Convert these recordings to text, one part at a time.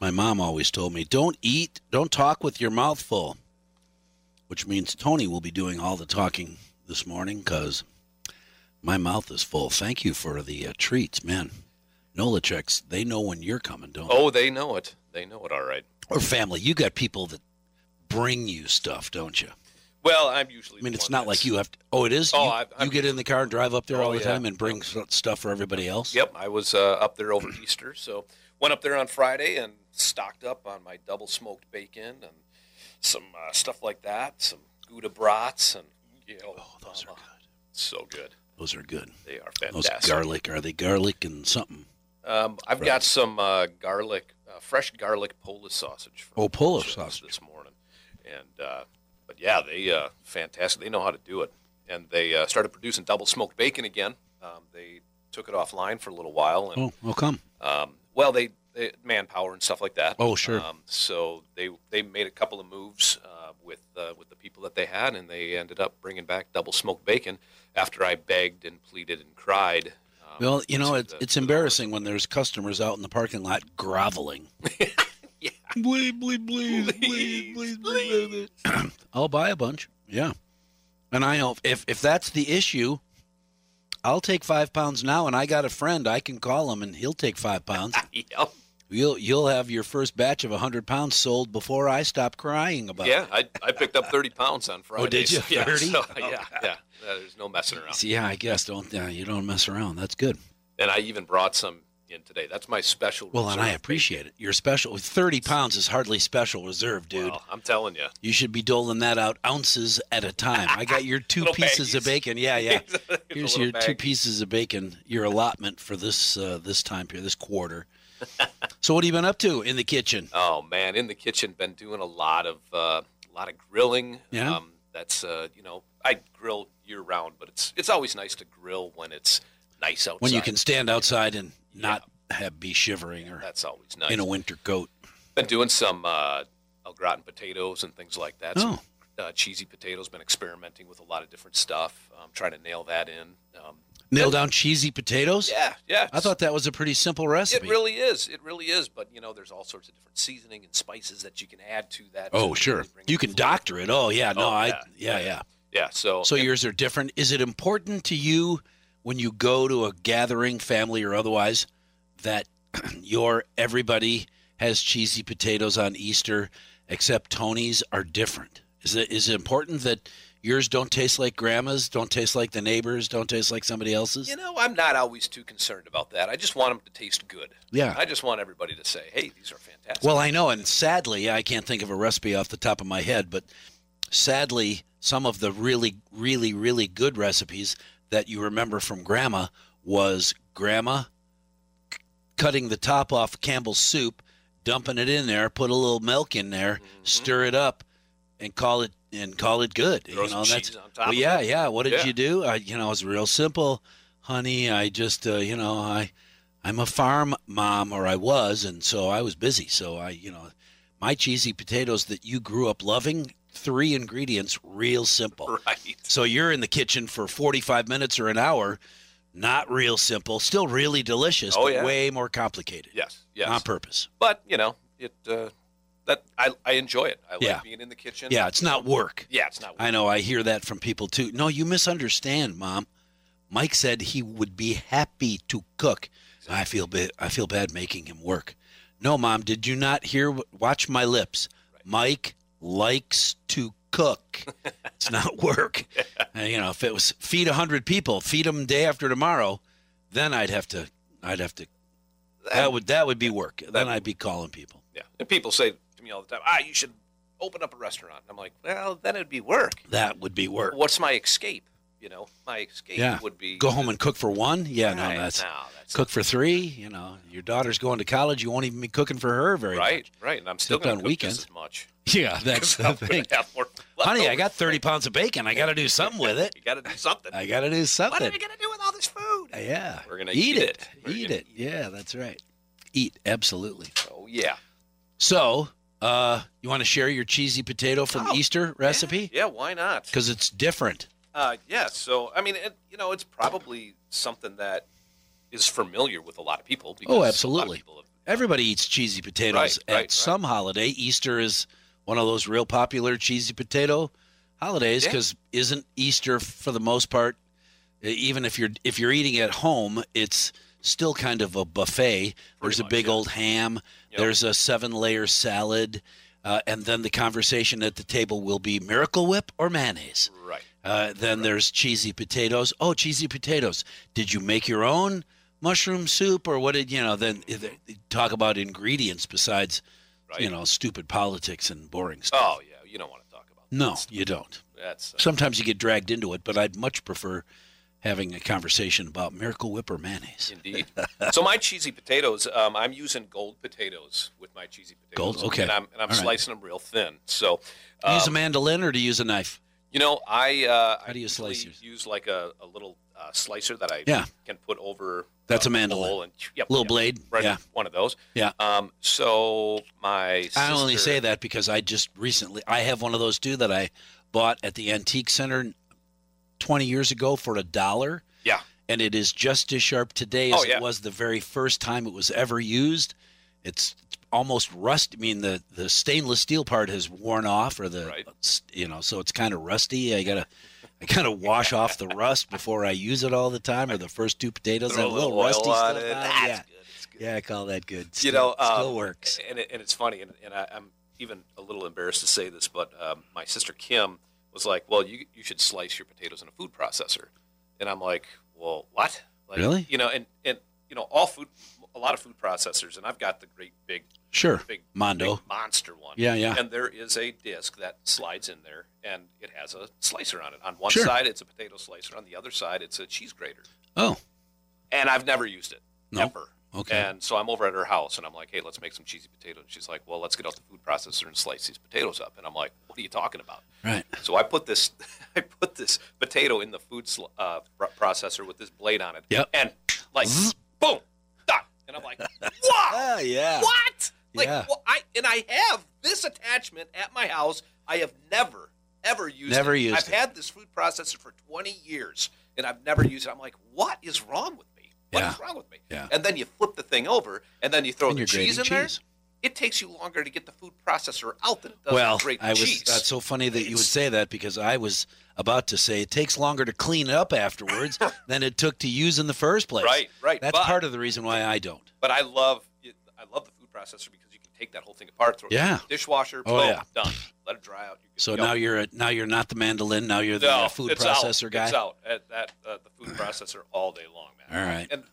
My mom always told me, don't eat, don't talk with your mouth full, which means Tony will be doing all the talking this morning because my mouth is full. Thank you for the uh, treats, man. Nolacheks, they know when you're coming, don't Oh, they know it. They know it all right. they? Or family, you got people that bring you stuff, don't you? Well, I'm usually. I mean, the it's one not like that's- you have to. Oh, it is? Oh, you, I- I'm- you get in the car and drive up there Oh, all the yeah. time and bring s- stuff for everybody else? Yep, I was uh, up there over Easter, so went up there on Friday and stocked up on my double smoked bacon and some uh, stuff like that, some Gouda brats, and you know, Oh, those are uh, good. so good. Those are good. They are Those fantastic. garlic, are they garlic and something? um, I've got some uh, garlic, uh, fresh garlic Polish sausage. from Oh, Polish Jim's sausage. this morning, and uh, but yeah, they uh, fantastic. They know how to do it, and they uh, started producing double smoked bacon again. Um, they took it offline for a little while, and Oh, oh, come. Um, well, they, they manpower and stuff like that. Oh, sure. Um, so they they made a couple of moves uh, with uh, with the people that they had, and they ended up bringing back double smoked bacon. After I begged and pleaded and cried. Um, Well, you know, to it's, the- it's to the embarrassing when there's customers out in the parking lot groveling. Yeah. Please, please, please, please, please, Please, please, please. I'll buy a bunch. Yeah. And I know if, if that's the issue, I'll take five pounds now, and I got a friend. I can call him, and he'll take five pounds. Yep. You'll you'll have your first batch of hundred pounds sold before I stop crying about Yeah, it. I, I picked up thirty pounds on Friday. Oh, did you? so, yeah, 30? so, Oh, yeah, God. yeah. Uh, There's no messing around. See, yeah, I guess don't uh, you don't mess around. That's good. And I even brought some in today. That's my special. Well, and I appreciate it. You're special. Thirty pounds is hardly special reserve, dude. Well, I'm telling you, You should be doling that out ounces at a time. I got your two Little pieces of baggies. bacon. Yeah, yeah. Here's a Here's little your two bag. pieces of bacon. Your allotment for this uh, this time period, this quarter. so, what have you been up to in the kitchen? Oh man, in the kitchen, been doing a lot of uh, a lot of grilling. Yeah. Um, that's uh, you know, I grill year round, but it's it's always nice to grill when it's nice outside. When you can stand outside and not have be shivering or That's always nice. in a winter coat. been doing some uh, au gratin potatoes and things like that. Some, Oh. uh, cheesy potatoes. Been experimenting with a lot of different stuff. Um, trying to nail that in. Um, Nail down cheesy potatoes. yeah, yeah. I thought that was a pretty simple It recipe. really is. It really is. But you know, there's all sorts of different seasoning and spices that you can add to that. to oh, really sure. bring You it can to- doctor it. Oh, yeah. No, Oh, I. yeah, Yeah, yeah. yeah. Yeah. So So yours are different. Is it important to you when you go to a gathering, family or otherwise, that your everybody has cheesy potatoes on Easter, except Tony's are different? Is it is it important that yours don't taste like grandma's, don't taste like the neighbors, don't taste like somebody else's? You know, I'm not always too concerned about that. I just want them to taste good. Yeah. I just want everybody to say, "Hey, these are fantastic." Well, I know, and sadly, I can't think of a recipe off the top of my head, but sadly, some of the really, really, really good recipes that you remember from Grandma was Grandma c- cutting the top off Campbell's soup, dumping it in there, put a little milk in there, stir it up, and call it and call it good. Throw you some know, that's cheese on top well, of yeah, it. yeah. What did Yeah. you do? I, you know, it's real simple, honey. I just, uh, you know, I. I'm a farm mom, or I was, and so I was busy. So I, you know, my cheesy potatoes that you grew up loving, three ingredients, real simple. right. So you're in the kitchen for 45 minutes or an hour, not real simple, still really delicious, Oh, but yeah. way more complicated Yes. Yes. on purpose. but you know, it uh, that I, I enjoy it. I Yeah. like being in the kitchen. Yeah, it's not work. Yeah, it's not. I know I hear that from people too. No, you misunderstand, mom. Mike said he would be happy to cook. I feel bad. I feel bad making him work. No, mom, did you not hear? Watch my lips. Mike likes to cook. it's not work. Uh, you know, if it was feed hundred people, feed them day after tomorrow, then I'd have to. I'd have to. That would that would be work. Then I'd be calling people. Yeah. And people say to me all the time, "Ah, you should open up a restaurant." And I'm like, "Well, then it'd be work. That would be work. What's my escape?" You know, my escape Yeah. would be Go home and cook for one? Yeah, no, Right, that's no, that's cook for three. You know, your daughter's going to college. You won't even be cooking for her very right, much. right. And I'm still Except going on to cook weekends. just as much. Yeah, that's 'Cause I'm the thing. gonna have more Honey, I leftovers. got 30 pounds of bacon. I got to do something with it. You got to do something. I got to do what are something. Uh, we going to do with all this food? Yeah. We're gonna eat eat it. it. We're Eat gonna it. Yeah, that's right. Eat absolutely. Oh yeah. So, uh, you want to share your cheesy potato from Oh, Easter recipe? Yeah, why not? Because it's different. Uh, yeah. So I mean, it, you know, it's probably something that is familiar with a lot of people. Because a lot of absolutely. people have- Everybody eats cheesy potatoes Right, at right, right. some holiday. Easter is one of those real popular cheesy potato holidays Yeah. because isn't Easter for the most part, e- even if you're if you're eating at home, it's still kind of a buffet. There's much, a big yeah. old ham. Yep. There's a seven layer salad. Uh, and then the conversation at the table will be Miracle Whip or mayonnaise. right. Uh, then there's cheesy potatoes. Oh, cheesy potatoes. Did you make your own mushroom soup or what did you know? Then eh, they- they talk about ingredients besides, Right. you know, stupid politics and boring stuff. Oh yeah. You don't want to talk about. No, you don't. That's uh, Sometimes you get dragged into it, but I'd much prefer having a conversation about Miracle Whip or mayonnaise. Indeed. so my cheesy potatoes, um, I'm using gold potatoes with my cheesy potatoes. Gold? Okay. And I'm, and I'm All right. slicing them real thin. So, Do you use a um, mandolin or do you use a knife? you know, I uh, How do I you usually slice yours? use like a, a little uh, slicer that I Yeah. can put over. That's a uh, mandolin. bowl And, yep, Little yep, blade? Right, Yeah. one of those. Yeah. Um, so my I only sister- say that because I just recently I have one of those too that I bought at the antique center 20 years ago for a dollar. Yeah. and it is just as sharp today as Oh, yeah. it was the very first time it was ever used. It's almost rust. I mean, the, the stainless steel part has worn off, or the Right. you know, so it's kind of rusty. I gotta I gotta wash off the rust before I use it all the time, or the first two potatoes Throw have a little, oil rusty on stuff. on it. it. That's yeah, good. It's good. yeah, I call that good. You Still, know, still um, works. and it, and it's funny, and, and I, I'm even a little embarrassed to say this, but um, my sister Kim was like, "Well, you you should slice your potatoes in a food processor," and I'm like, "Well, what? Like, Really? You know, and and you know, all food, a lot of food processors, and I've got the great big Sure, big Mondo. big monster one. Yeah, yeah. And there is a disc that slides in there, and it has a slicer on it. On one Sure. side, it's a potato slicer. On the other side, it's a cheese grater. Oh, And I've never used it. No? Ever. Okay. And so I'm over at her house and I'm like, hey, let's make some cheesy potatoes. She's like, well, let's get out the food processor and slice these potatoes up. And I'm like, what are you talking about? right. So I put this, I put this potato in the food sl- uh, pr- processor with this blade on it. Yep. And like, boom, done. And I'm like, wow, Oh, yeah. what? Like, Yeah. well, I and I have this attachment at my house. I have never, ever used. Never it. used I've it. had this food processor for 20 years, and I've never used it. I'm like, what is wrong with me? What is Yeah. wrong with me? Yeah. And then you flip the thing over, and then you throw And the you're cheese in grating there. cheese. It takes you longer to get the food processor out than it does well, to grate the I was. cheese. That's so funny that you would say that because I was about to say it takes longer to clean up afterwards than it took to use in the first place. Right, right, That's but- part of the reason why I don't. But I love it- I love the food processor because you can take that whole thing apart, throw it Yeah. in the dishwasher, Oh, boom, yeah. done. Let it dry out. You're good So to go. now you're a, now you're not the mandolin. Now you're the no, uh, food it's processor out. guy. It's out at that uh, the food processor all day long, man. All right. And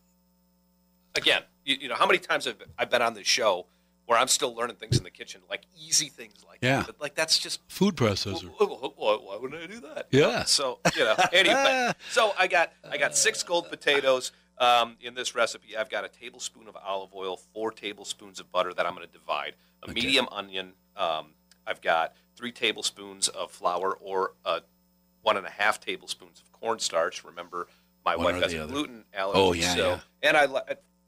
again, you, you know how many times I've I've been on this show where I'm still learning things in the kitchen, like easy things like Yeah. that. But, like that's just Food wh- processor. wh- wh- why, wouldn't I do that? Yeah. So you know, anyway. so I got I got six gold potatoes um, in this recipe. I've got a tablespoon of olive oil, four tablespoons of butter that I'm going to divide. A Okay. medium onion. Um, I've got three tablespoons of flour or uh, one and a half tablespoons of cornstarch. Remember, my One wife or has the a other. gluten allergy. Oh, yeah, So yeah. and I li-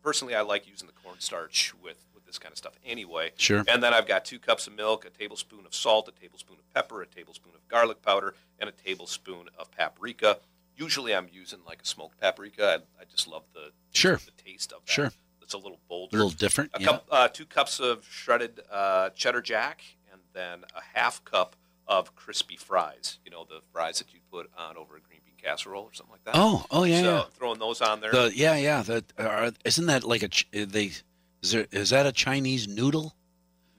personally I like using the cornstarch with with this kind of stuff anyway. Sure. And then I've got two cups of milk, a tablespoon of salt, a tablespoon of pepper, a tablespoon of garlic powder, and a tablespoon of paprika. Usually I'm using like a smoked paprika. I, I just love the Sure. the taste of that. Sure. It's a little A bolder. little different. a yeah. cup, uh, two cups of shredded uh, cheddar jack, and then a half cup of crispy fries. You know the fries that you put on over a green bean casserole or something like that. Oh, oh yeah. so yeah. throwing those on there. The, yeah, yeah. That are, isn't that like a ch- eh, they? Is there is that a Chinese noodle?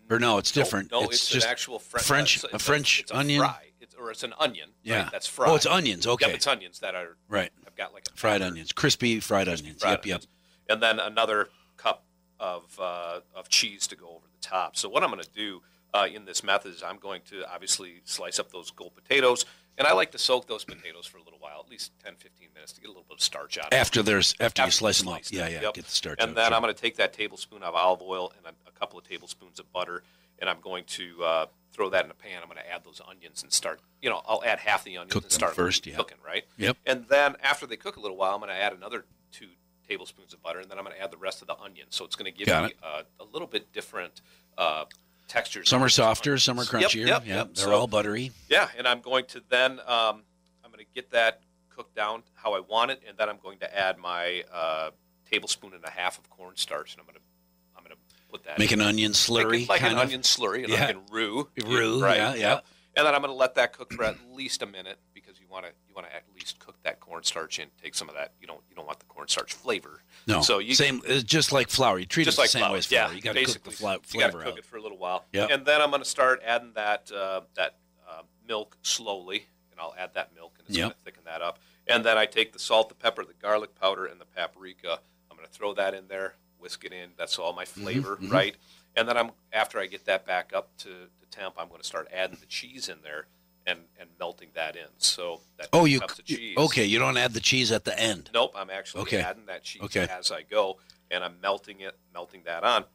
Or no, it's Nope, different. No, it's, just an actual French French- it's a French it's onion? fry. It's, or it's an onion. yeah. right? that's fried. Oh, it's onions. Okay, Yep, it's onions that are. right. I've got like a Fried pepper, onions, crispy fried onions. fried yep, yep. onions. And then another cup of uh, of cheese to go over the top. So what I'm going to do uh, in this method is I'm going to obviously slice up those gold potatoes And I like to soak those potatoes for a little while, at least 10, 15 minutes to get a little bit of starch out of it. After there's after, you After slice you them up. slice Yeah, them, yeah. yep. Get the starch. And out, then sure. I'm going to take that tablespoon of olive oil and a, a couple of tablespoons of butter, and I'm going to uh, throw that in a pan. I'm going to add those onions and start, you know, I'll add half the onions Cook and them start first, yeah. cooking, right? Yep. And then after they cook a little while, I'm going to add another two tablespoons of butter, and then I'm going to add the rest of the onion. So it's going to give Got me it. uh, a little bit different uh, textures. Some on are those softer, onions. some are Yep, crunchier. yep, yeah, yep. they're So- all buttery. yeah, and I'm going to then um, I'm going to get that cooked down how I want it, and then I'm going to add my uh, tablespoon and a half of cornstarch, and I'm going to I'm going to put that Make in. an onion Like it- slurry. like kind an of. onion slurry, an Yeah. onion roux, Roux, yeah, yeah. And then I'm going to let that cook for at least a minute because you want to you want to at least cook that cornstarch in, take some of that. You don't you don't want the cornstarch flavor. No. so you same. It's just like flour. You treat just it the like same flour. way as flour. Yeah, you got to cook the basically. fla- You gotta flavor cook out. it for a little while. Yep. And then I'm going to start adding that uh, that uh, milk slowly, and I'll add that milk, and it's Yep. going to thicken that up. And then I take the salt, the pepper, the garlic powder, and the paprika. I'm going to throw that in there, whisk it in. That's all my Mm-hmm, flavor, right? And then I'm after I get that back up to, to temp, I'm going to start adding the cheese in there and, and melting that in. So that Oh, you cups of you- cheese. okay? You don't add the cheese at the end. Nope, I'm actually Okay. adding that cheese Okay. as I go, and I'm melting it, melting that on.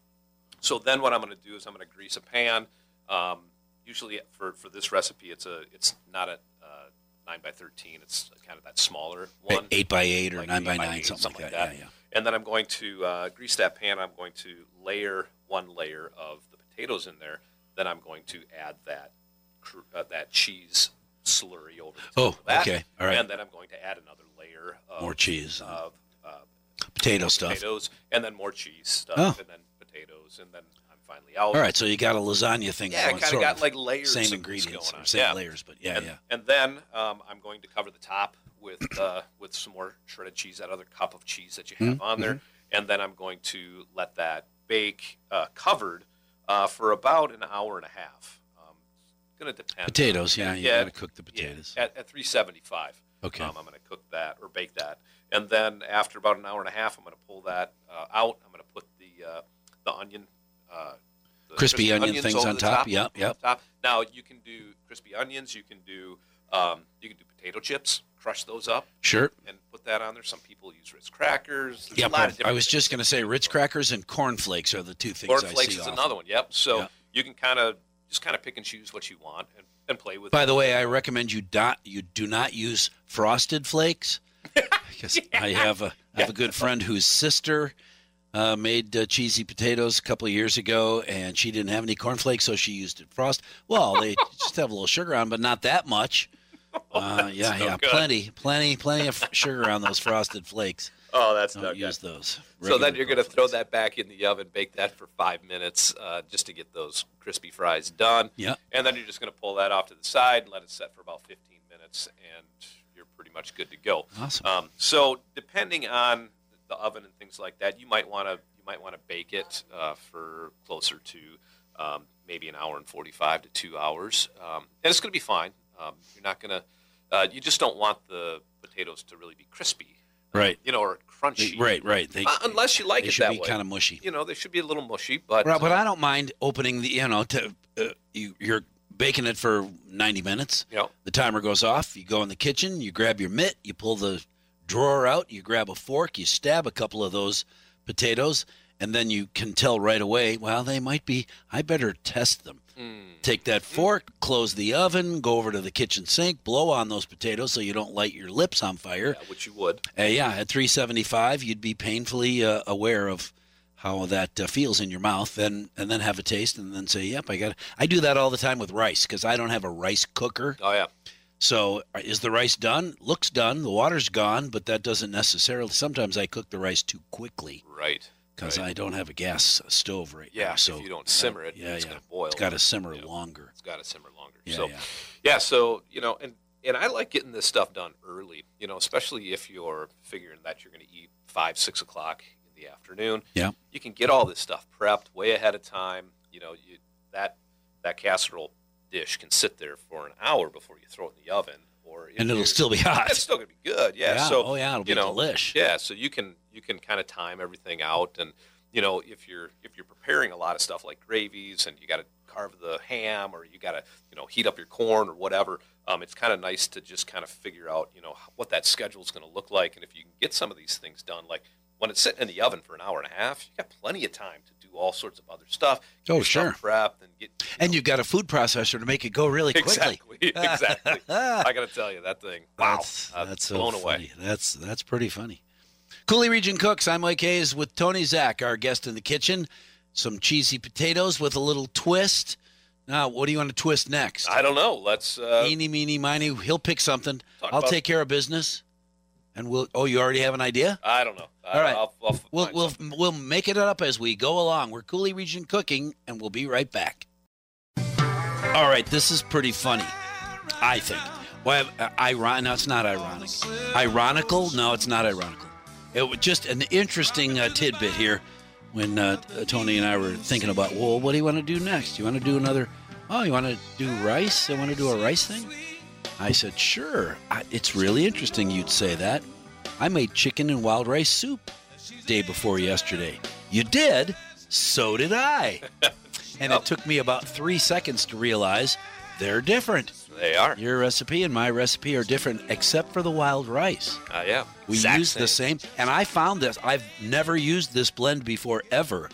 So then, what I'm going to do is I'm going to grease a pan. Um, usually, for, for this recipe, it's a it's not a uh, nine by thirteen. It's kind of that smaller Eh, one, Eight by eight or like nine eight by nine, eight, something, like that. Yeah, yeah. And then I'm going to uh, grease that pan. I'm going to layer one layer of the potatoes in there. Then I'm going to add that cr- uh, that cheese slurry over. The top Oh, of that. okay. All right. And then I'm going to add another layer of More cheese, of Um, uh, potato stuff. potatoes, and then more cheese stuff, Oh. and then potatoes, and then I'm finally out. All right, so you got a lasagna thing. Yeah, I going, kind of sort got like layers. of same what's ingredients, going or on. same yeah. layers, but yeah, and, yeah. And then um, I'm going to cover the top with uh, with some more shredded cheese, that other cup of cheese that you Mm-hmm, have on there, and then I'm going to let that bake uh, covered uh, for about an hour and a half. Um, it's going to depend. Potatoes, yeah, you Yeah. got to cook the Yeah, potatoes. at, at 375. Okay. Um, I'm going to cook that or bake that, and then after about an hour and a half, I'm going to pull that uh, out. I'm going to put the uh, the onion. Uh, the Crispy onion onions things over on the top, top. yep, yep. Top. Now you can do crispy onions. You can do um, you can do potato chips. Crush those up Sure. and put that on there. Some people use Ritz crackers. There's Yeah, a lot of different I was just things. going to say Ritz crackers and corn flakes are the two things Corn I flakes see is often. another one. Yep. So Yeah. you can kind of just kind of pick and choose what you want and, and play with. By it. the way, I recommend you not you do not use frosted flakes. Because I have a I have a good friend whose sister uh, made uh, cheesy potatoes a couple of years ago, and she didn't have any cornflakes, so she used it frost. Well, they just have a little sugar on, but not that much. Uh, yeah, no yeah, Oh, good. plenty, plenty, plenty of sugar on those frosted flakes. oh, that's Don't not good. use those. So then Regular you're going to cornflakes. throw that back in the oven, bake that for five minutes uh, just to get those crispy fries done. Yeah. And then you're just going to pull that off to the side and let it set for about 15 minutes, and you're pretty much good to go. Awesome. Um, so depending on the oven and things like that, you might want to you might want to bake it uh, for closer to um, maybe an hour and 45 to two hours, um, and it's going to be fine. Um, you're not going to uh, you just don't want the potatoes to really be crispy, Right, you know, or crunchy. right, right. They, Uh, unless you like they it should that be way. kind of mushy. you know, they should be a little mushy, but uh, Well, but I don't mind opening the, you know, to, uh, you, you're baking it for 90 minutes. you know, The timer goes off. You go in the kitchen, you grab your mitt, you pull the drawer out, you grab a fork, you stab a couple of those potatoes, and then you can tell right away, well, they might be, I better test them. Hmm. Take that fork, close the oven, go over to the kitchen sink, blow on those potatoes so you don't light your lips on fire. yeah, which you would. Uh, yeah, at 375, you'd be painfully uh, aware of how that uh, feels in your mouth, and and then have a taste, and then say, "Yep, I got." It. I do that all the time with rice because I don't have a rice cooker. Oh yeah, So uh, is the rice done? Looks done. The water's gone, but that doesn't necessarily. Sometimes I cook the rice too quickly right. because right. I don't have a gas stove right now. yeah, So if you don't simmer it, yeah, it's yeah. gonna boil. it's got to simmer Yeah. longer. It's got to simmer longer. Yeah, so yeah. yeah, so you know, and and I like getting this stuff done early. You know, especially if you're figuring that you're going to eat five, six o'clock in the afternoon. Yeah. you can get all this stuff prepped way ahead of time. You know, you that that casserole dish can sit there for an hour before you throw it in the oven, or if And it'll you're- still be it's hot. still going to be good. Yeah. So oh yeah, it'll be you know, delish. yeah, so you can you can kind of time everything out, and you know, if you're if you're preparing a lot of stuff like gravies and you got to carve the ham or you got to you know heat up your corn or whatever, um, it's kind of nice to just kind of figure out you know what that schedule is going to look like and if you can get some of these things done, like when it's sitting in the oven for an hour and a half, you got plenty of time to do all sorts of other stuff. Get Oh, your stuff Prepped and get you And know, you've got a food processor to make it go really quickly. exactly exactly. I got to tell you that thing. Wow, That's, uh, that's so blown away. funny. That's that's pretty funny. Cooley Region Cooks. I'm Mike Hayes with Tony Zach, our guest in the kitchen. Some cheesy potatoes with a little twist. Now, what do you want to twist next? I don't know. Let's uh, Eeny, meeny, miny. He'll pick something. Talk I'll about- take care of business. And we'll. Oh, you already have an idea. I don't know. I- All right. I'll, I'll find We'll something. we'll we'll make it up as we go along. We're Cooley Region Cooking, and we'll be right back. All right, this is pretty funny, I think. Well, ironic? No, it's not ironic. Ironical? No, it's not ironical. It was just an interesting uh, tidbit here when uh, Tony and I were thinking about. Well, what do you want to do next? You want to do another? Oh, you want to do rice? I want to do a rice thing. I said, sure. I, it's really interesting you'd say that. I made chicken and wild rice soup day before yesterday. You did? So did I. and it took me about three seconds to realize they're different. They are. Your recipe and my recipe are different, except for the wild rice. Uh, yeah. We Exact use the same, and I found this. I've never used this blend before ever.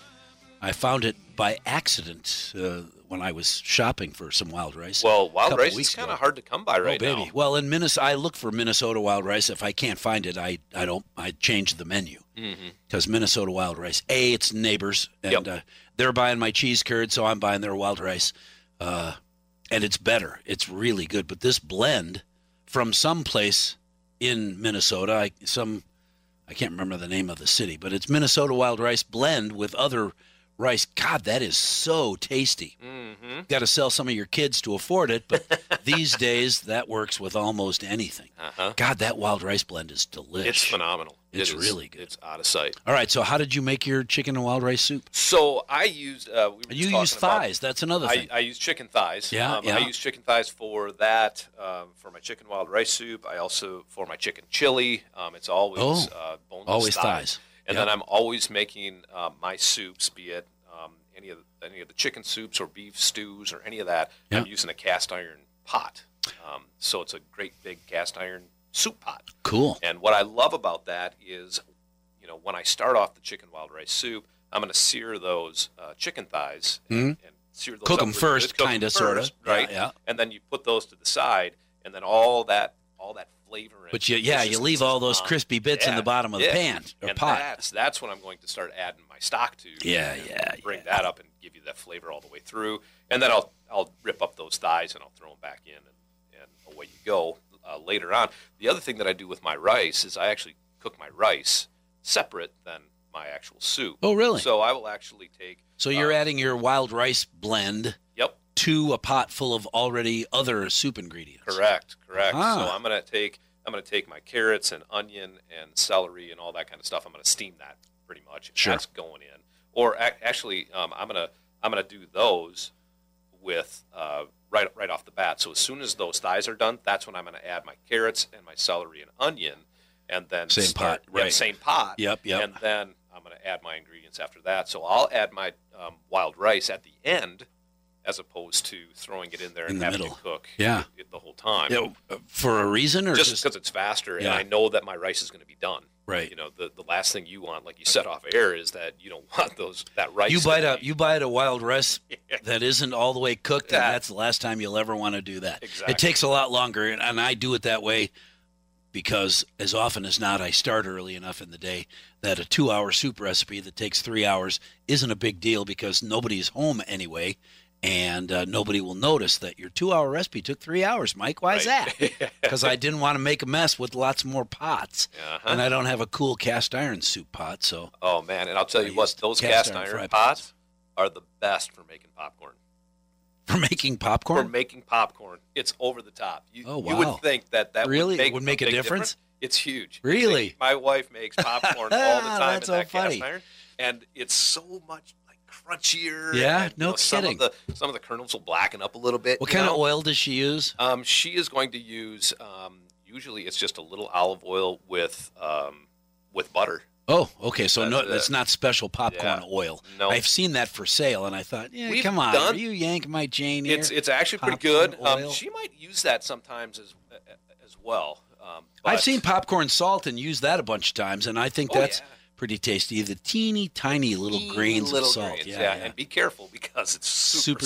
I found it by accident uh, when I was shopping for some wild rice. Well, wild couple rice is weeks kind ago. of hard to come by right oh, baby. now. Well, in Minnesota, I look for Minnesota wild rice. If I can't find it, I, I don't. I change the menu because Minnesota wild rice. A, it's neighbors, and Mm-hmm. Yep. uh, they're buying my cheese curd, so I'm buying their wild rice, uh, and it's better. It's really good. But this blend from someplace in Minnesota, I, some I can't remember the name of the city, but it's Minnesota wild rice blend with other rice. God, that is so tasty Mm-hmm. got to sell some of your kids to afford it, but these days that works with almost anything. Uh-huh. God, that wild rice blend is delicious. It's phenomenal. It It's is- really good. It's out of sight. All right, so how did you make your chicken and wild rice soup? So I used. Uh, we were You talking use about- thighs. That's another I, thing. I use chicken thighs. Yeah, um, yeah. I use chicken thighs for that, um, for my chicken wild rice soup. I also for my chicken chili. Um, it's always Oh. uh, boneless Always thighs. thighs. And Yep. then I'm always making um, my soups, be it um, any of the, any of the chicken soups or beef stews or any of that. Yeah. I'm using a cast iron pot, um, so it's a great big cast iron soup pot. Cool. And what I love about that is, you know, when I start off the chicken wild rice soup, I'm going to sear those uh, chicken thighs and, and sear those Hmm? Cook up 'em with- first, cook 'em kinda, sorta. first, Yeah, right? yeah. And then you put those to the side, and then all that all that flavor. and But you, yeah, you deliciousness leave is all those on. crispy bits in Yeah, the bottom of the yeah. pan or and pot. That's that's when I'm going to start adding my stock to. Yeah, and yeah, Bring that up and give you that flavor all the way through, and then I'll I'll rip up those thighs and I'll throw them back in, and, and away you go. Uh, later on, the other thing that I do with my rice is I actually cook my rice separate than my actual soup. Oh, really? So, So I will actually take. you're uh, adding your wild rice blend Yep. to a pot full of already other soup ingredients. Correct, correct. So Ah. I'm gonna take I'm gonna take my carrots and onion and celery and all that kind of stuff. I'm gonna steam that pretty much. Sure. That's going in. Or ac- actually, um, I'm gonna I'm gonna do those with uh, right right off the bat. So as soon as those thighs are done, that's when I'm gonna add my carrots and my celery and onion, and then Same start- pot, right. yeah, same pot. Yep, yep. And then I'm gonna add my ingredients after that. So I'll add my um, wild rice at the end. As opposed to throwing it in there In and the having middle. to cook Yeah. it the whole time. You know, uh, for a reason or Just just, because it's faster, Yeah. and I know that my rice is going to be done. right? You know, the, the last thing you want, like you said off air, is that you don't want those that rice. You to bite a be- you bite a wild rice that isn't all the way cooked, Yeah. and that's the last time you'll ever want to do that. Exactly. It takes a lot longer, and, and I do it that way because as often as not, I start early enough in the day that a two-hour soup recipe that takes three hours isn't a big deal because nobody's home anyway, and uh, nobody will notice that your two-hour recipe took three hours. Mike, why's Right. that? Because I didn't want to make a mess with lots more pots, Uh-huh. and I don't have a cool cast iron soup pot, so. Oh man, and I'll tell you I what, used those cast cast iron iron fry pots are the best for making popcorn. For making For popcorn, making popcorn, it's over the top. You, Oh, you wow. would think that that Really? It would make, would make a big difference? It's huge. Really? My wife makes popcorn all the time That's in so that funny. cast iron, and it's so much like crunchier. Yeah? and, you No know, some kidding. Of the, some of the kernels will blacken up a little bit. what you kind know? of oil does she use? Um, she is going to use um, usually it's just a little olive oil with um, with butter. Oh, okay. So no, That's it. it's not special popcorn Yeah. oil. No. I've seen that for sale, and I thought, yeah, We've come on, done- are you yank my Jane here? It's it's actually pretty Popcorn good. Um, oil. she might use that sometimes as as well. Um, I've but- seen popcorn salt and used that a bunch of times, and I think Oh, that's yeah. pretty tasty. The teeny tiny little teeny grains little of salt. grains, yeah, yeah. and be careful because it's super,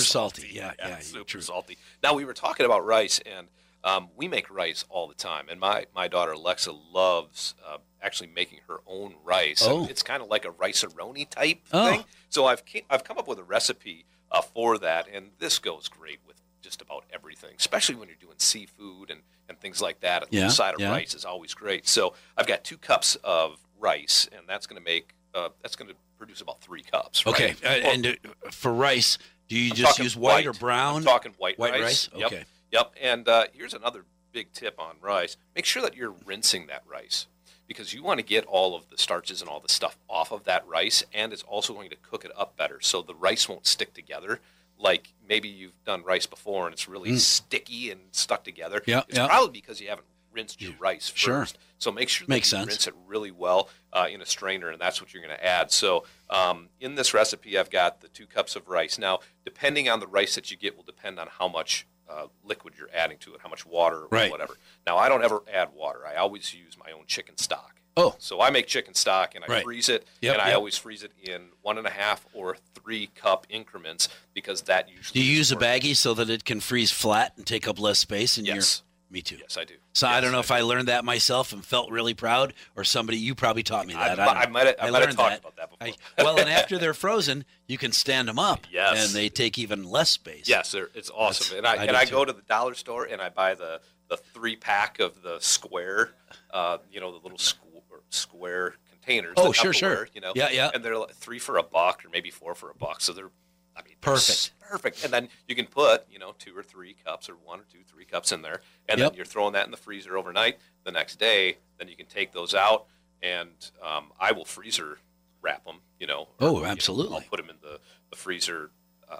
Super salty. Yeah, yeah, super true. salty. Now we were talking about rice, and um, we make rice all the time. And my my daughter Alexa loves uh, actually making her own rice. Oh. it's kind of like a rice-a-roni type Oh. thing. So I've ca- I've come up with a recipe uh, for that, and this goes great with just about everything, especially when you're doing seafood and, and things like that. A Yeah, little side of yeah. rice is always great. So I've got two cups of rice, and that's going to make uh, that's going to produce about three cups. right? Okay, uh, Or- and uh, for rice, do you I'm just talking use white, or I'm brown? talking white, White rice. rice? Yep. Okay. Yep. And uh, here's another big tip on rice: make sure that you're rinsing that rice because you want to get all of the starches and all the stuff off of that rice, and it's also going to cook it up better, so the rice won't stick together. Like maybe you've done rice before and it's really sticky and stuck together. Hmm. Yeah, It's yeah. probably because you haven't rinsed your rice first. Sure. So make sure that Makes you sense. rinse it really well uh, in a strainer, and that's what you're going to add. So um, in this recipe, I've got the two cups of rice. Now, depending on the rice that you get, will depend on how much uh, liquid you're adding to it, how much water or Right. whatever. Now, I don't ever add water. I always use my own chicken stock. Oh. So I make chicken stock and I Right. freeze it, Yep, and I yep. always freeze it in one and a half or three cup increments because that usually. Do you is use a where- baggie so that it can freeze flat and take up less space? And Yes. Me too. Yes, I do. So I Yes, don't know if I learned that myself and felt really proud, or somebody you probably taught me I- that. don't I know. might have- I might have learned talked about that before. well, and after they're frozen, you can stand them up, Yes. and they take even less space. Yes, they're, it's awesome. and That's- I, I and do I too. go to the dollar store and I buy the, the three pack of the square, uh, you know, the little squ- or square containers. Oh, the sure, sure. Tupperware, You know, Yeah, yeah. And they're like three for a buck or maybe four for a buck. So they're, I mean, they're Perfect. s- perfect. And then you can put, you know, two or three cups or one or two, three cups in there, and Yep. then you're throwing that in the freezer overnight. The next day, then you can take those out, and um, I will freezer wrap them. You know. or, Oh, you know, absolutely. I'll put them in the the freezer. Uh,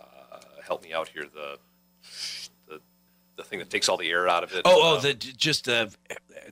help me out here. The the the thing that takes all the air out of it. Oh, oh, um, the just the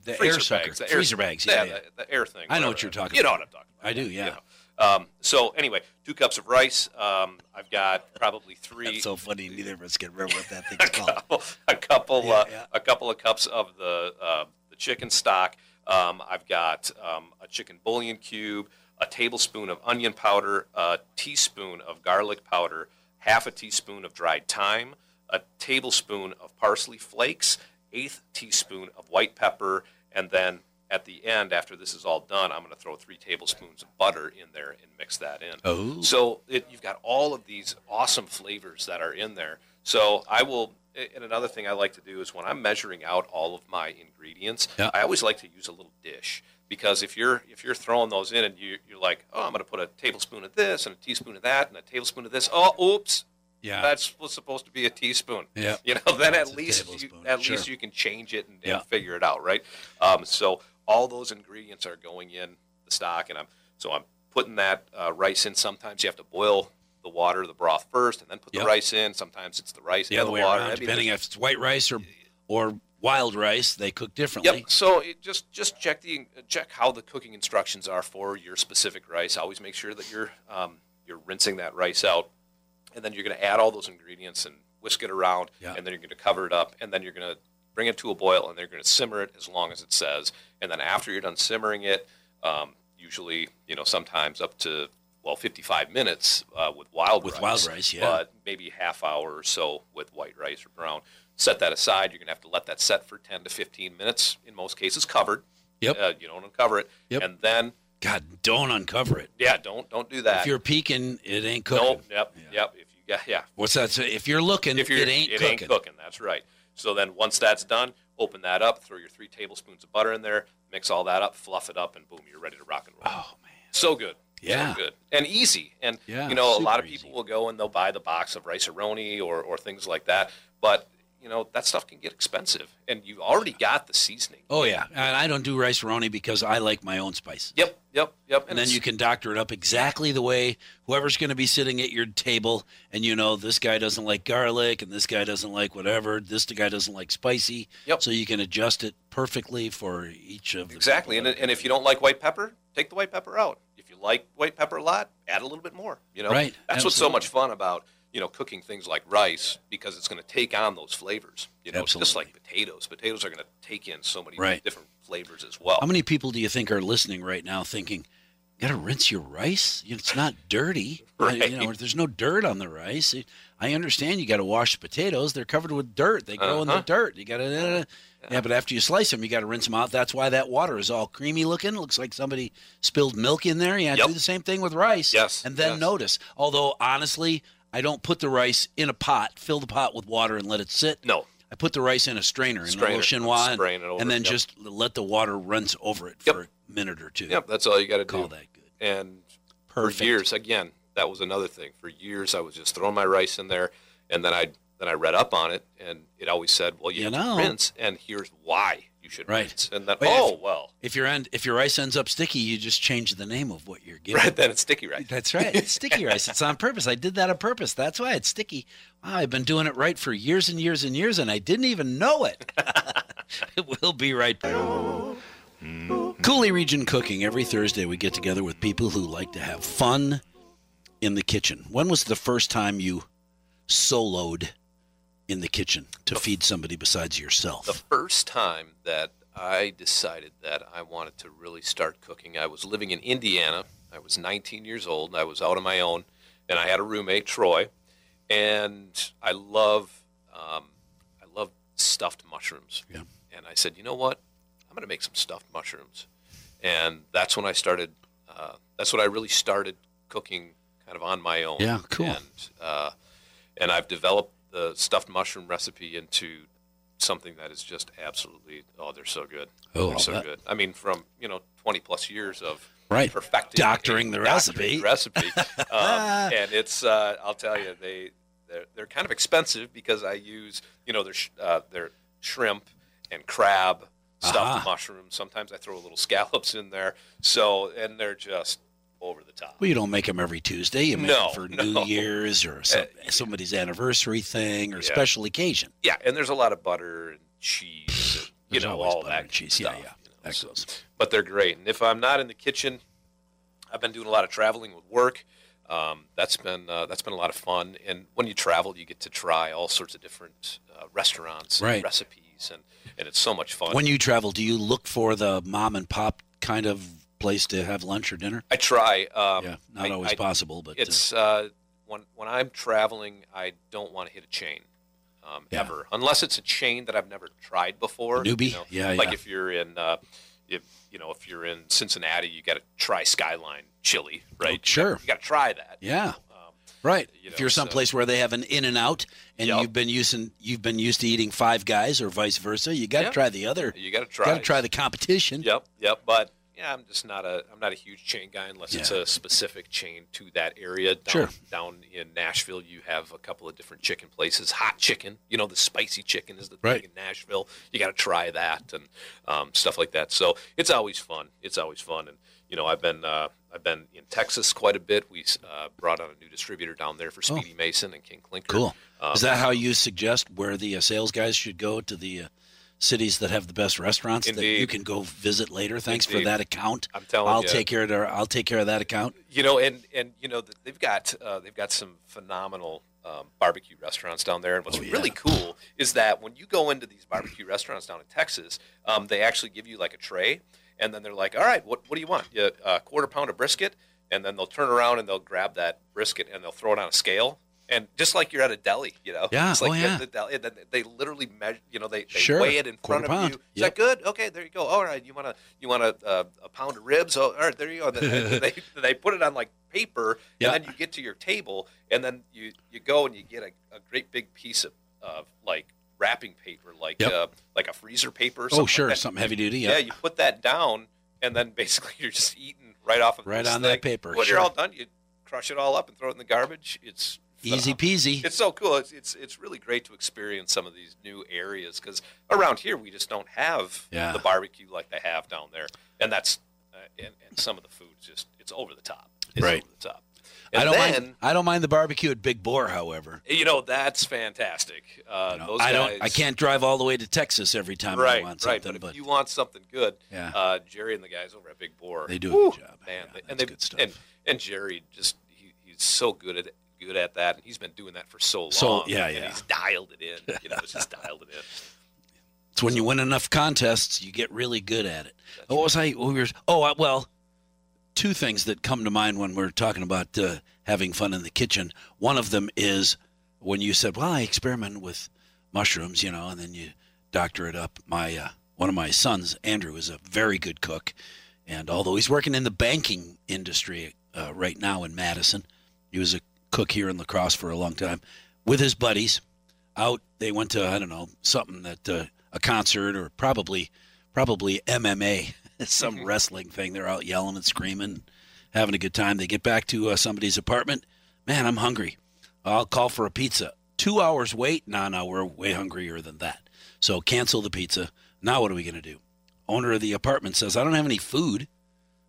the air freezer sucker, bags, the air- freezer bags. Yeah, yeah. The, the air thing. I know whatever. what you're talking You about. know what I'm talking about. I do, yeah. You know. um, so anyway, two cups of rice. Um, I've got probably three. That's so funny. Neither of us can remember what that thing's called. a couple, Yeah, uh, yeah. a couple of cups of the uh, the chicken stock. Um, I've got um, a chicken bouillon cube, a tablespoon of onion powder, a teaspoon of garlic powder, half a teaspoon of dried thyme, a tablespoon of parsley flakes, eighth teaspoon of white pepper, and then at the end, after this is all done, I'm going to throw three tablespoons of butter in there and mix that in. Oh. So it, you've got all of these awesome flavors that are in there. So I will. And another thing I like to do is when I'm measuring out all of my ingredients, Yeah. I always like to use a little dish because if you're if you're throwing those in and you, you're like, oh, I'm going to put a tablespoon of this and a teaspoon of that and a tablespoon of this. Oh, oops, Yeah. that's what's supposed to be a teaspoon. Yeah. you know. Then That's at a least you, tablespoon, at sure. least you can change it and, Yeah. and figure it out, right? Um, so all those ingredients are going in the stock, and I'm so I'm putting that uh, rice in. Sometimes you have to boil the water, the broth first, and then put Yep. the rice in. Sometimes it's the rice the and other the way water. around, I mean, depending there's- if it's white rice or or wild rice, they cook differently. Yep. So it just just check the check how the cooking instructions are for your specific rice. Always make sure that you're um, you're rinsing that rice out, and then you're going to add all those ingredients and whisk it around, Yeah. and then you're going to cover it up, and then you're going to bring it to a boil, and they're going to simmer it as long as it says, and then after you're done simmering it, um, usually you know sometimes up to well 55 minutes uh, with wild With rice, wild rice, yeah. But uh, maybe half hour or so with white rice or brown. Set that aside. You're going to have to let that set for 10 to 15 minutes. In most cases, covered. Yep. Uh, you don't uncover it. Yep. And then, God, don't uncover it. yeah, don't don't do that. If you're peeking, it ain't cooking. nope. Yep. Yep. If you yeah yeah. What's that? Say? If you're looking, If you're, it ain't cooking. That's right. So then once that's done, open that up. Throw your three tablespoons of butter in there. Mix all that up. Fluff it up, and boom, you're ready to rock and roll. Oh man. So good. Yeah. So good. And easy. And, Yeah, you know, a lot super of people easy. will go and they'll buy the box of rice or, or things like that. But, you know, that stuff can get expensive. And you've already got the seasoning. Oh yeah, and I don't do rice roni because I like my own spices. Yep, yep, yep. And then it's- you can doctor it up exactly the way whoever's going to be sitting at your table, and you know this guy doesn't like garlic, and this guy doesn't like whatever, this guy doesn't like spicy. Yep. So you can adjust it perfectly for each of the Exactly. And, people that- and if you don't like white pepper, take the white pepper out. like white pepper a lot, add a little bit more. You know, Right, That's what's so much fun about you know cooking things like rice because it's going to take on those flavors. You know, it's just Absolutely. like potatoes. Potatoes are going to take in so many Right. different flavors as well. How many people do you think are listening right now thinking, got to rinse your rice? You know, It's not dirty. Right. You know, there's no dirt on the rice. I understand you got to wash the potatoes. They're covered with dirt. They grow in the Uh-huh. dirt. You got to, yeah, but after you slice them, you got to rinse them out. That's why that water is all creamy looking. looks like somebody spilled milk in there. Yeah, Yep. do the same thing with rice. Yes, And then yes. notice. Although, honestly, I don't put the rice in a pot, fill the pot with water, and let it sit. No, I put the rice in a strainer, in a Strainer. little chinois, Strain it over, and then yep. just let the water rinse over it Yep. for a minute or two. yep, that's all you got to do. Call that good. And Perfect. for years, again, that was another thing. For years, I was just throwing my rice in there, and then I then I read up on it, and it always said, "Well, you, You have to know. rinse," and here's why you should Right. rinse. And then, Wait, oh if- well, If your end, if your rice ends up sticky, you just change the name of what you're getting. right then it's sticky rice. That's right. It's sticky rice. It's on purpose. I did that on purpose. That's why it's sticky. Wow, I've been doing it right for years and years and years, and I didn't even know it. it will be right back. Cooley Region Cooking. Every Thursday, we get together with people who like to have fun in the kitchen. When was the first time you soloed in the kitchen to feed somebody besides yourself? The first time that I decided that I wanted to really start cooking, I was living in Indiana. I was 19 years old, and I was out on my own, and I had a roommate, Troy, and I love, um, I love stuffed mushrooms. Yeah. And I said, you know what? I'm going to make some stuffed mushrooms, and that's when I started. Uh, that's what I really started cooking, kind of on my own. Yeah, cool. And uh, and I've developed the stuffed mushroom recipe into something that is just absolutely oh they're so good Oh, they're I'll so bet. good i mean from you know 20 plus years of Right. perfecting Doctoring and the doctoring the recipe um, and it's uh, i'll tell you they they're, they're kind of expensive because i use you know their sh- uh, their shrimp and crab stuffed Aha. mushrooms sometimes i throw little scallops in there so and they're just over the top Well, you don't make them every Tuesday. You make No, 'em for no. Eh, New Year's or some, somebody's anniversary thing or Yeah. special occasion. yeah and there's a lot of butter and cheese and, you There's know always all butter that and cheese. stuff, yeah, yeah. you know, That so- goes. but they're great. And if I'm not in the kitchen, I've been doing a lot of traveling with work. Um, that's been uh, that's been a lot of fun. And when you travel, you get to try all sorts of different uh, restaurants, and Right. recipes, and and it's so much fun. When you travel, do you look for the mom and pop kind of place to have lunch or dinner? I try, um, yeah, not I- always I- possible, but uh, it's uh, when when I'm traveling, I don't want to hit a chain. Um, Yeah. Ever, unless it's a chain that I've never tried before. A newbie? Yeah, Like yeah. if you're in, uh, if you know, if you're in Cincinnati, you got to try Skyline Chili, right? oh, sure. You got to try that. yeah, Um, right. you if know, you're so- someplace where they have an in and out, and Yup. you've been using you've been used to eating Five Guys or vice versa, you got to Yeah. try the other. You got to try. Got to try the competition. Yep, yep. But yeah, I'm just not a I'm not a huge chain guy unless it's Yeah. a specific chain to that area. Down, Sure. Down in Nashville, you have a couple of different chicken places. Hot chicken, you know, the spicy chicken is the Right. thing in Nashville. You got to try that and um, stuff like that. So it's always fun. It's always fun. And you know, I've been uh, I've been in Texas quite a bit. We uh, brought on a new distributor down there for Speedy Mason and King Clinker. Oh. Cool. Um, Is that how you suggest where the uh, sales guys should go to the uh, cities that have the best restaurants that you Indeed. can go visit later? Thanks for Indeed. that account. I'm telling I'll you. take care of their, I'll take care of that account. you know, and and you know th- they've got uh, they've got some phenomenal um, barbecue restaurants down there. And what's Oh, yeah. really cool is that when you go into these barbecue restaurants down in Texas, um, they actually give you like a tray, and then they're like, "All right, what what do you want? You, a quarter pound of brisket?" And then they'll turn around and they'll grab that brisket and they'll throw it on a scale. And just like you're at a deli, you know, Yeah, it's like oh, you're yeah. at the deli, and then they literally measure, you know, they, they Sure. weigh it in Quarter front of pound. you. Is Yep. that good? Okay, there you go. All right, you want to you want a, uh, a pound of ribs? Oh, all right, there you go. And then they, they put it on like paper, Yeah. and then you get to your table, and then you you go and you get a, a great big piece of, of like wrapping paper, like Yep. uh, like a freezer paper. Or something Oh, like sure. that. Something heavy duty. Yeah. you put that down, and then basically you're just eating right off of Right this on that thing. paper, When sure. you're all done, you crush it all up and throw it in the garbage. It's Easy phenomenal peasy. it's so cool. It's it's it's really great to experience some of these new areas because around here we just don't have Yeah. the barbecue like they have down there, and that's uh, and, and some of the food is just it's over the top. It's Right. over the top. And I don't then, mind. I don't mind the barbecue at Big Boar, however. You know that's fantastic. Uh, No, those I don't. guys- I can't drive all the way to Texas every time I Right, want right. something, But if but you want something good, Yeah. uh, Jerry and the guys over at Big Boar, they do a whew, good job. Man, Yeah, they- that's and they good stuff. And, and Jerry just he, he's so good at good at that, and he's been doing that for so long. So- yeah, and yeah. He's dialed it in. You know, he's just dialed it in. It's when you win enough contests, you get really good at it. what was I? What we were, oh, I, well, two things that come to mind when we're talking about uh, having fun in the kitchen. One of them is when you said, "Well, I experimented with mushrooms," you know, and then you doctor it up. My uh, one of my sons, Andrew, is a very good cook, and although he's working in the banking industry uh, right now in Madison, he was a cook here in Lacrosse for a long time with his buddies out. They went to I don't know something that uh, a concert or probably probably MMA, some wrestling thing. They're out yelling and screaming, having a good time. They get back to uh, somebody's apartment. Man, I'm hungry. I'll call for a pizza. Two hours wait. No, no, we're way hungrier than that. So cancel the pizza. Now what are we gonna do? Owner of the apartment says, I don't have any food.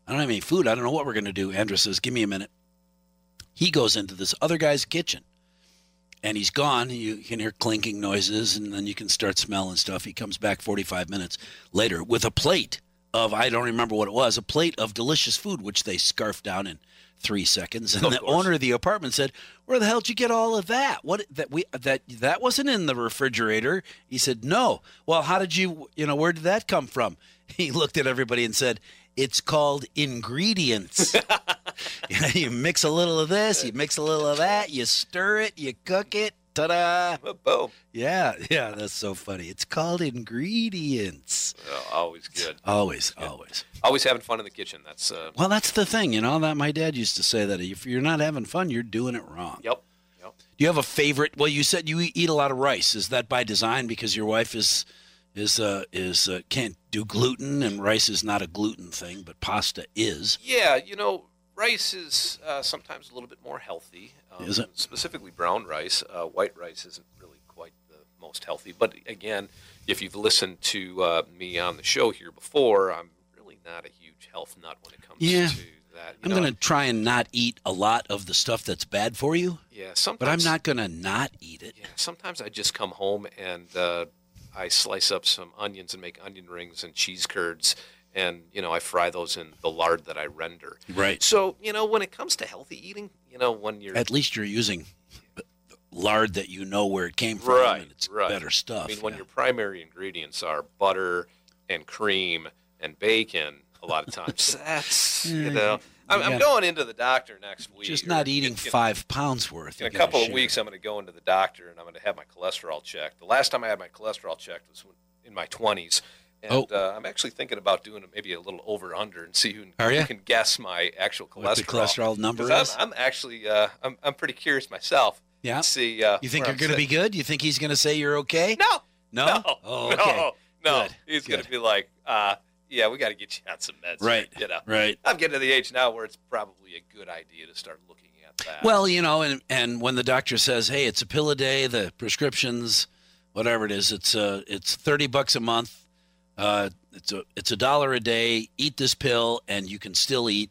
I don't have any food. I don't know what we're gonna do. Andrew says, Give me a minute. He goes into this other guy's kitchen and he's gone. You can hear clinking noises, and then you can start smelling stuff. He comes back 45 minutes later with a plate of, I don't remember what it was, a plate of delicious food, which they scarfed down in three seconds. And Of the course. owner of the apartment said, Where the hell did you get all of that? What that we that that wasn't in the refrigerator. He said, No. Well, how did you you know, where did that come from? He looked at everybody and said, It's called ingredients. You know, you mix a little of this, you mix a little of that, you stir it, you cook it. Ta da! Well, boom. Yeah, yeah, that's so funny. It's called ingredients. Oh, always good. Always, always. Always having fun in the kitchen. That's uh, Well, that's the thing, you know. That my dad used to say that if you're not having fun, you're doing it wrong. yep. Yep. Do you have a favorite? Well, you said you e-, eat a lot of rice. Is that by design because your wife is is uh, is uh, can't do gluten and rice is not a gluten thing, but pasta is. Yeah, you know, rice is uh, sometimes a little bit more healthy. Um, Is it? Specifically, brown rice. Uh, white rice isn't really quite the most healthy. But again, if you've listened to uh, me on the show here before, I'm really not a huge health nut when it comes Yeah. to that. You I'm know, gonna try and not eat a lot of the stuff that's bad for you. Yeah, sometimes. But I'm not going to not eat it. Yeah, sometimes I just come home and uh, I slice up some onions and make onion rings and cheese curds, and you know I fry those in the lard that I render. Right. So you know when it comes to healthy eating, you know when you're At least you're using lard that you know where it came from. Right, And it's right. better stuff. I mean, when yeah. your primary ingredients are butter and cream and bacon, a lot of times that's you know. I'm, Mm. Yeah. I'm going into the doctor next week. just or not eating in- in- five pounds worth. In a you gotta couple of share. weeks, I'm going to go into the doctor and I'm going to have my cholesterol checked. The last time I had my cholesterol checked was when- in my 20s, and Oh. uh, I'm actually thinking about doing maybe a little over under and see who, Are who ya? can guess my actual cholesterol. What the cholesterol number 'Cause is? I'm, I'm actually uh, I'm, I'm pretty curious myself. Yeah. to See, uh, You think where you're I'm going to be good? You think he's going to say you're okay? sitting. No, No. no, Oh, okay. no, no. Good, He's going good. to be like, uh, yeah, we got to get you on some meds. here, Right. You know, Right. I'm getting to the age now where it's probably a good idea to start looking at that. Well, you know, and and when the doctor says, "Hey, it's a pill a day," the prescriptions, whatever it is, it's uh, it's thirty bucks a month. Uh, it's a it's a dollar a day. Eat this pill, and you can still eat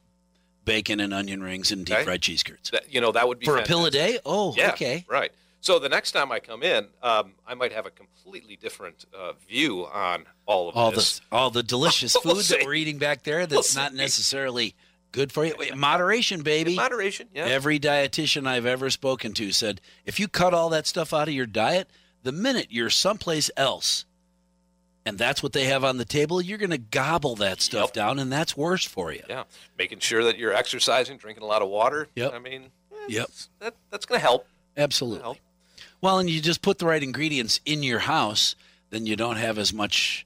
bacon and onion rings and deep Okay. fried cheese curds that, you know, that would be for a pill a fantastic. day. Oh, Yeah, okay. Right. So the next time I come in, um, I might have a completely different uh, view on all of All this. the all the delicious We'll food see. that we're eating back there that's We'll not see. necessarily good for you. Wait, Moderation, baby. In moderation. Yeah. Every dietitian I've ever spoken to said, if you cut all that stuff out of your diet, the minute you're someplace else, and that's what they have on the table, you're going to gobble that stuff Yep. down, and that's worse for you. Yeah. Making sure that you're exercising, drinking a lot of water. Yep. I mean, eh, Yep. that, that's going to help. Gonna Absolutely. help. Well, and you just put the right ingredients in your house, then you don't have as much.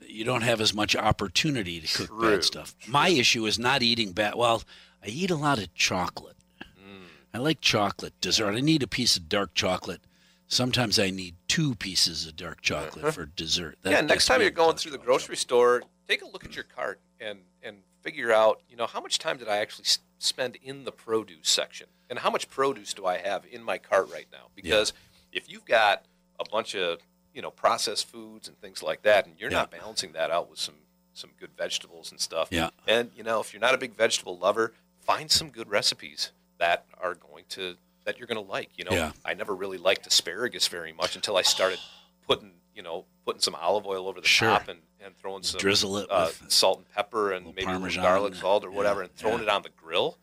You don't have as much opportunity to cook True, bad stuff. My issue is not eating bad. Well, I eat a lot of chocolate. Mm. I like chocolate dessert. I need a piece of dark chocolate. Sometimes I need two pieces of dark chocolate for dessert. That yeah. Next gets time me you're in going through the cholesterol grocery store, take a look at your cart and and figure out, you know, how much time did I actually s- spend in the produce section, and how much produce do I have in my cart right now? Because if you've got a bunch of you know processed foods and things like that, and you're not balancing that out with some some good vegetables and stuff. Yeah. And you know, if you're not a big vegetable lover, find some good recipes that are going to that you're going to like. You know, Yeah. I never really liked asparagus very much until I started putting you know putting some olive oil over the Sure. top and, and throwing some Drizzle it uh, with salt and pepper and little maybe a little Parmesan. garlic salt or Yeah, whatever and throwing yeah. it on the grill,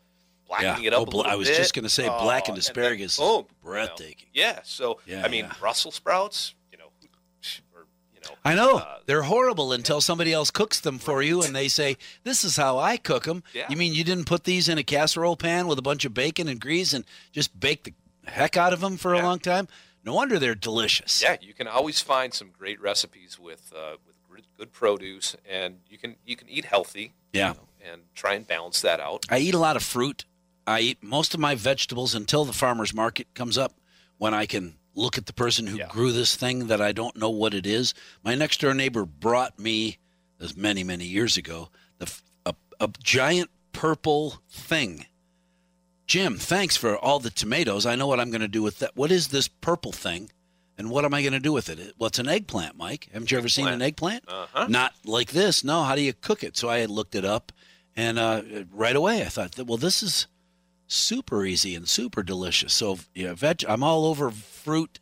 blackening Yeah. it up. Oh, a bla- little I was bit. just gonna say, Oh, blackened and then asparagus is boom, you know. breathtaking. yeah. So Yeah, I mean, yeah. Brussels sprouts, you know, or you know, I know Uh, they're horrible until somebody else cooks them for you, and they say, "This is how I cook them." Yeah. You mean you didn't put these in a casserole pan with a bunch of bacon and grease and just bake the heck out of them for a Yeah. long time? No wonder they're delicious. Yeah, you can always find some great recipes with uh, with gr- good produce, and you can you can eat healthy. you Yeah. know, and try and balance that out. I eat a lot of fruit. I eat most of my vegetables until the farmer's market comes up when I can look at the person who Yeah. grew this thing that I don't know what it is. My next door neighbor brought me, this was many, many years ago, the, f- a, a giant purple thing. Jim, thanks for all the tomatoes. I know what I'm going to do with that. What is this purple thing? And what am I going to do with it? It- Well, it's an eggplant, Mike. Haven't you ever seen an eggplant? Uh-huh. Not like this. No, how do you cook it? So I had looked it up, and uh, right away I thought, that, well, this is super easy and super delicious. So yeah, veg. I'm all over fruit,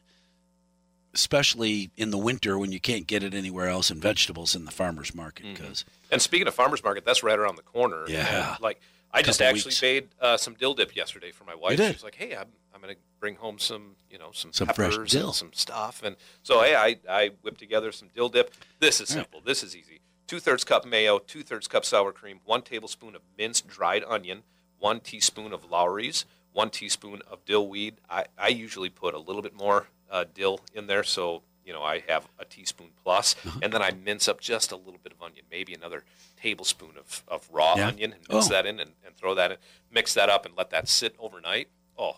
especially in the winter when you can't get it anywhere else, and vegetables in the farmers market Mm-hmm. because And speaking of farmers market, that's right around the corner. and, Yeah. like I just Couple actually weeks. made uh, some dill dip yesterday for my wife. did? She was like, "Hey, I'm, I'm going to bring home some you know some, Some fresh peppers dill. and some stuff." And so hey, I I whipped together some dill dip. This is All right. simple. This is easy. Two thirds cup mayo, two thirds cup sour cream, one tablespoon of minced dried onion, one teaspoon of Lowry's, one teaspoon of dill weed. I, I usually put a little bit more uh, dill in there, so you know I have a teaspoon plus, Uh-huh. and then I mince up just a little bit of onion, maybe another tablespoon of, of raw Yeah. onion, and mix Oh. that in and, and throw that in, mix that up, and let that sit overnight. Oh,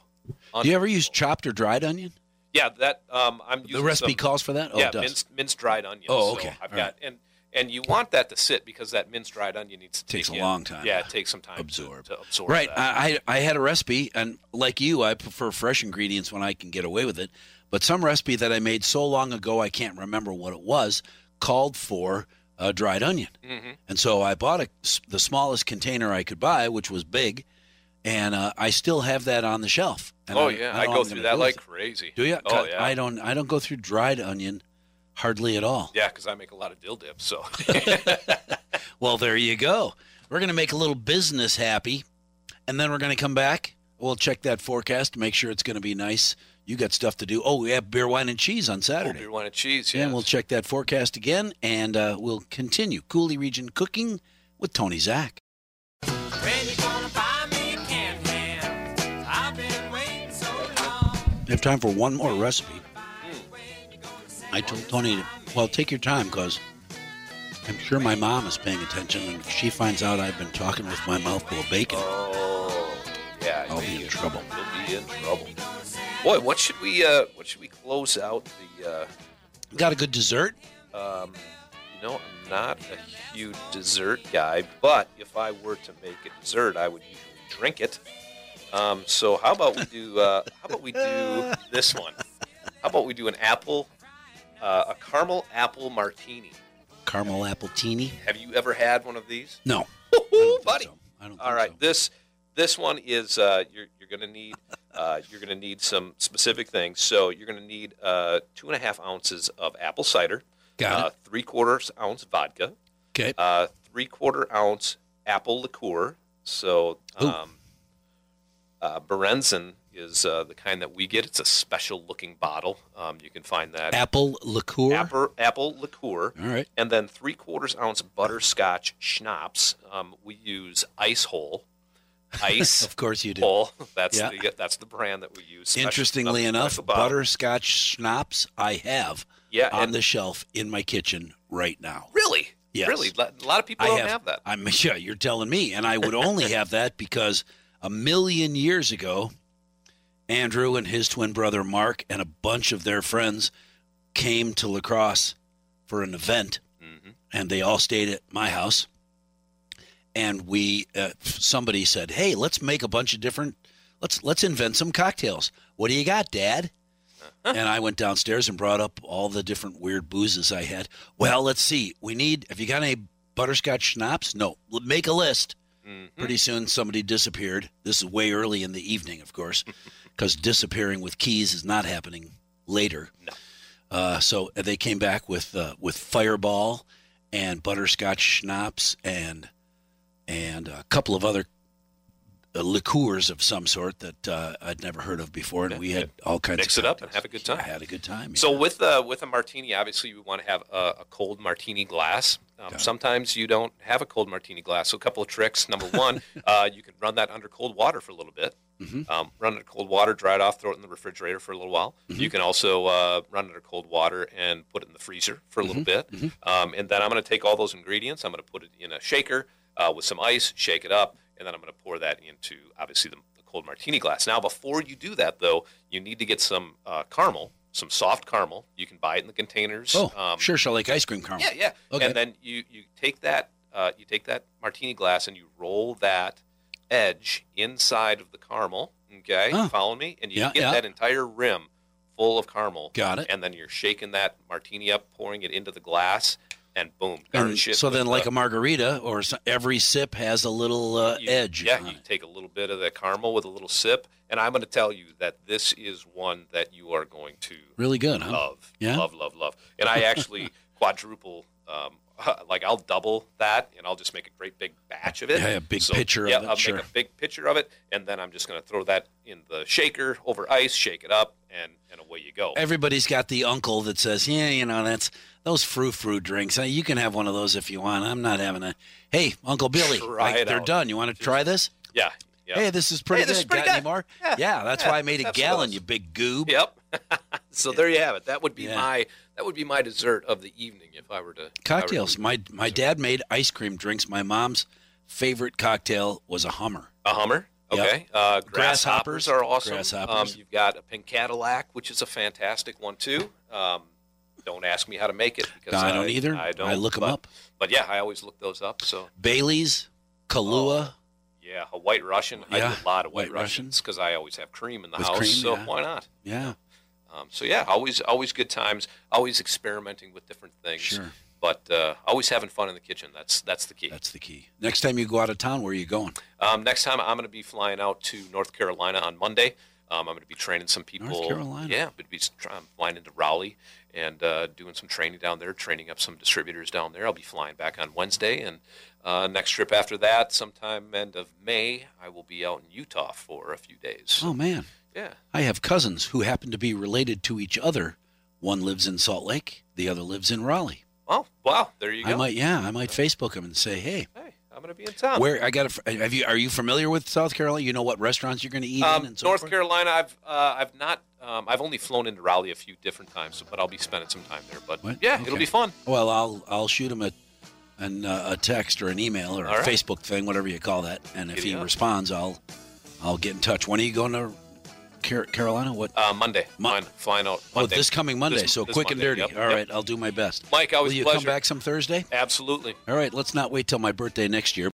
do you ever use unbelievable. chopped or dried onion? Yeah, that um, I'm using The recipe some- calls for that. Oh, yeah, it does. minced minced dried onion. Oh, So okay. I've All got and and you want that to sit because that minced dried onion needs to Takes take a in- long time Yeah, to it takes some time to- absorb. to, absorb. Right. that. I, I I had a recipe, and like you, I prefer fresh ingredients when I can get away with it. But some recipe that I made so long ago, I can't remember what it was, called for a dried onion. Mm-hmm. And so I bought a, the smallest container I could buy, which was big, and uh, I still have that on the shelf. And oh don't- yeah, don't know I, go what I'm through gonna that do with like it. crazy. Do you? Oh yeah. I don't. I don't go through dried onion, hardly at all. yeah, because I make a lot of dill dips, so Well, there you go. We're going to make a little business happy, and then we're going to come back. We'll check that forecast to make sure it's going to be nice. You got stuff to do. Oh, we have beer, wine, and cheese on Saturday. beer, wine, and cheese. Yeah, Yeah, and we'll check that forecast again, and uh, we'll continue Cooley Region Cooking with Tony Zach. When you gonna buy me a can hand? I've been waiting so long. We have time for one more recipe. I told Tony, to, well, take your time because I'm sure my mom is paying attention, and if she finds out I've been talking with my mouth full of bacon, Oh yeah, I'll you'll be in trouble. You'll be in trouble. Boy, what should we uh, what should we close out the? Uh, got a good dessert? Um, you know, I'm not a huge dessert guy, but if I were to make a dessert, I would usually drink it. Um, so how about we do? Uh, how about we do this one? How about we do an apple, uh, a caramel apple martini? Caramel apple teeny? Have you ever had one of these? No. Woo, buddy! so. I don't think All right, so. this this one is uh, you're you're gonna need uh, you're gonna need some specific things. So you're gonna need uh, two and a half ounces of apple cider, Got uh, three quarters ounce vodka, Okay. uh, three quarter ounce apple liqueur. So, Ooh. um, uh, Berenzen is uh, the kind that we get. It's a special looking bottle. Um, you can find that apple liqueur. apple, apple liqueur. All right. And then three quarters ounce butterscotch schnapps. Um, we use Ice Hole. Ice Of course you do. Hole. That's Oh, Yeah. the that's the brand that we use. Special- Interestingly special enough, bottle. butterscotch schnapps I have Yeah. on and- the shelf in my kitchen right now. really. Yes. Really. A lot of people I don't have that. I'm yeah, you're telling me, and I would only have that because a million years ago, Andrew and his twin brother Mark and a bunch of their friends came to Lacrosse for an event, Mhm. and they all stayed at my house. And we, uh, somebody said, "Hey, let's make a bunch of different. Let's let's invent some cocktails. What do you got, Dad?" and I went downstairs and brought up all the different weird boozes I had. Well, let's see. We need. Have you got any butterscotch schnapps? No. L- Make a list. mm-hmm. Hmm. Pretty soon, somebody disappeared. This is way early in the evening, of course, because disappearing with keys is not happening later. No. Uh, so they came back with uh, with Fireball and butterscotch schnapps and and a couple of other uh, liqueurs of some sort that uh, I'd never heard of before, and we had all kinds. Mix of it up and cocktails. have a good time. I had a good time. yeah. So with a with a martini, obviously you want to have a, a cold martini glass. Um, Sometimes you don't have a cold martini glass. So a couple of tricks. Number one, uh, you can run that under cold water for a little bit. Um, run it under cold water, dry it off, throw it in the refrigerator for a little while. You can also uh, run it under cold water and put it in the freezer for a little bit. Um, and then I'm going to take all those ingredients. I'm going to put it in a shaker uh, with some ice, shake it up, and then I'm going to pour that into obviously the a cold martini glass. Now, before you do that, though, you need to get some uh, caramel, some soft caramel. You can buy it in the containers. oh, Um, sure, sure, like ice cream caramel. Yeah, yeah. Okay. And then you you take that uh, you take that martini glass and you roll that edge inside of the caramel. Okay, Huh. follow me, and you Ah. Yeah, get yeah. that entire rim full of caramel. Got it. And then you're shaking that martini up, pouring it into the glass, and boom, And garnish it. so with then, the- like a margarita, or so, every sip has a little uh, you- edge. Yeah, on you it. take a little bit of the caramel with a little sip, and I'm going to tell you that this is one that you are going to really good, huh? love, Yeah. love, love, love. And I actually quadruple, um, like I'll double that, and I'll just make a great big batch of it. Yeah, a big so, pitcher of Yeah, it, I'll sure. make a big pitcher of it, and then I'm just going to throw that in the shaker over ice, shake it up, and and away you go. Everybody's got the uncle that says, "Yeah, you know, that's those frou frou drinks. Uh, You can have one of those if you want. I'm not having a. Hey, Uncle Billy, Try I- it they're out. done. You want to try this? yeah, yeah. Hey, this is pretty Hey, this good. is pretty got good. any more? Yeah, that's yeah, why I made a absolutely. gallon, you big goob. Yep. so there you have it. That would be Yeah. my that would be my dessert of the evening if I were to if I were to- Cocktails. My my dad made ice cream drinks. My mom's favorite cocktail was a Hummer. A Hummer. Yep. Okay. Uh, Grasshoppers. grasshoppers, are awesome. Grasshoppers. Um, you've got a pink Cadillac, which is a fantastic one too. Um, don't ask me how to make it because No, I, I don't either. I don't. I look 'em but- up. But yeah, I always look those up. So Bailey's, Oh. Kahlua. yeah, a White Russian. I Yeah, do a lot of White, White Russians because I always have cream in the With house. cream, so yeah. why not? Yeah, Um, so yeah, always always good times. Always experimenting with different things. Sure. But uh, always having fun in the kitchen. That's that's the key. that's the key. Next time you go out of town, where are you going? Um, next time, I'm going to be flying out to North Carolina on Monday. Um, I'm going to be training some people. Carolina. Yeah, I'm going to be try- I'm flying into Raleigh and uh, doing some training down there, training up some distributors down there. I'll be flying back on Wednesday, and uh, next trip after that, sometime end of May, I will be out in Utah for a few days. Oh man, Yeah, I have cousins who happen to be related to each other. One lives in Salt Lake, the other lives in Raleigh. well, wow, there you go. I might, yeah, I might Facebook them and say, "Hey, Hey, I'm going to be in town. where I got to have you? Are you familiar with South Carolina? You know what restaurants you're going to eat Um, in and so North forth?" Carolina, I've uh, I've not um, I've only flown into Raleigh a few different times, but I'll be spending some time there. But What? yeah, Okay. it'll be fun. Well, I'll I'll shoot him a an, uh, a text or an email or a All right. Facebook thing, whatever you call that, and if Giddy he up. responds, I'll I'll get in touch. When are you going to Car- Carolina? What? Uh, Monday. Mon- Flying- flying out Oh, Monday. this coming Monday. This- so this quick and dirty. Monday. All Yep, right, yep. I'll do my best. Mike, always Will you a pleasure. come back some Thursday? Absolutely. All right, let's not wait till my birthday next year.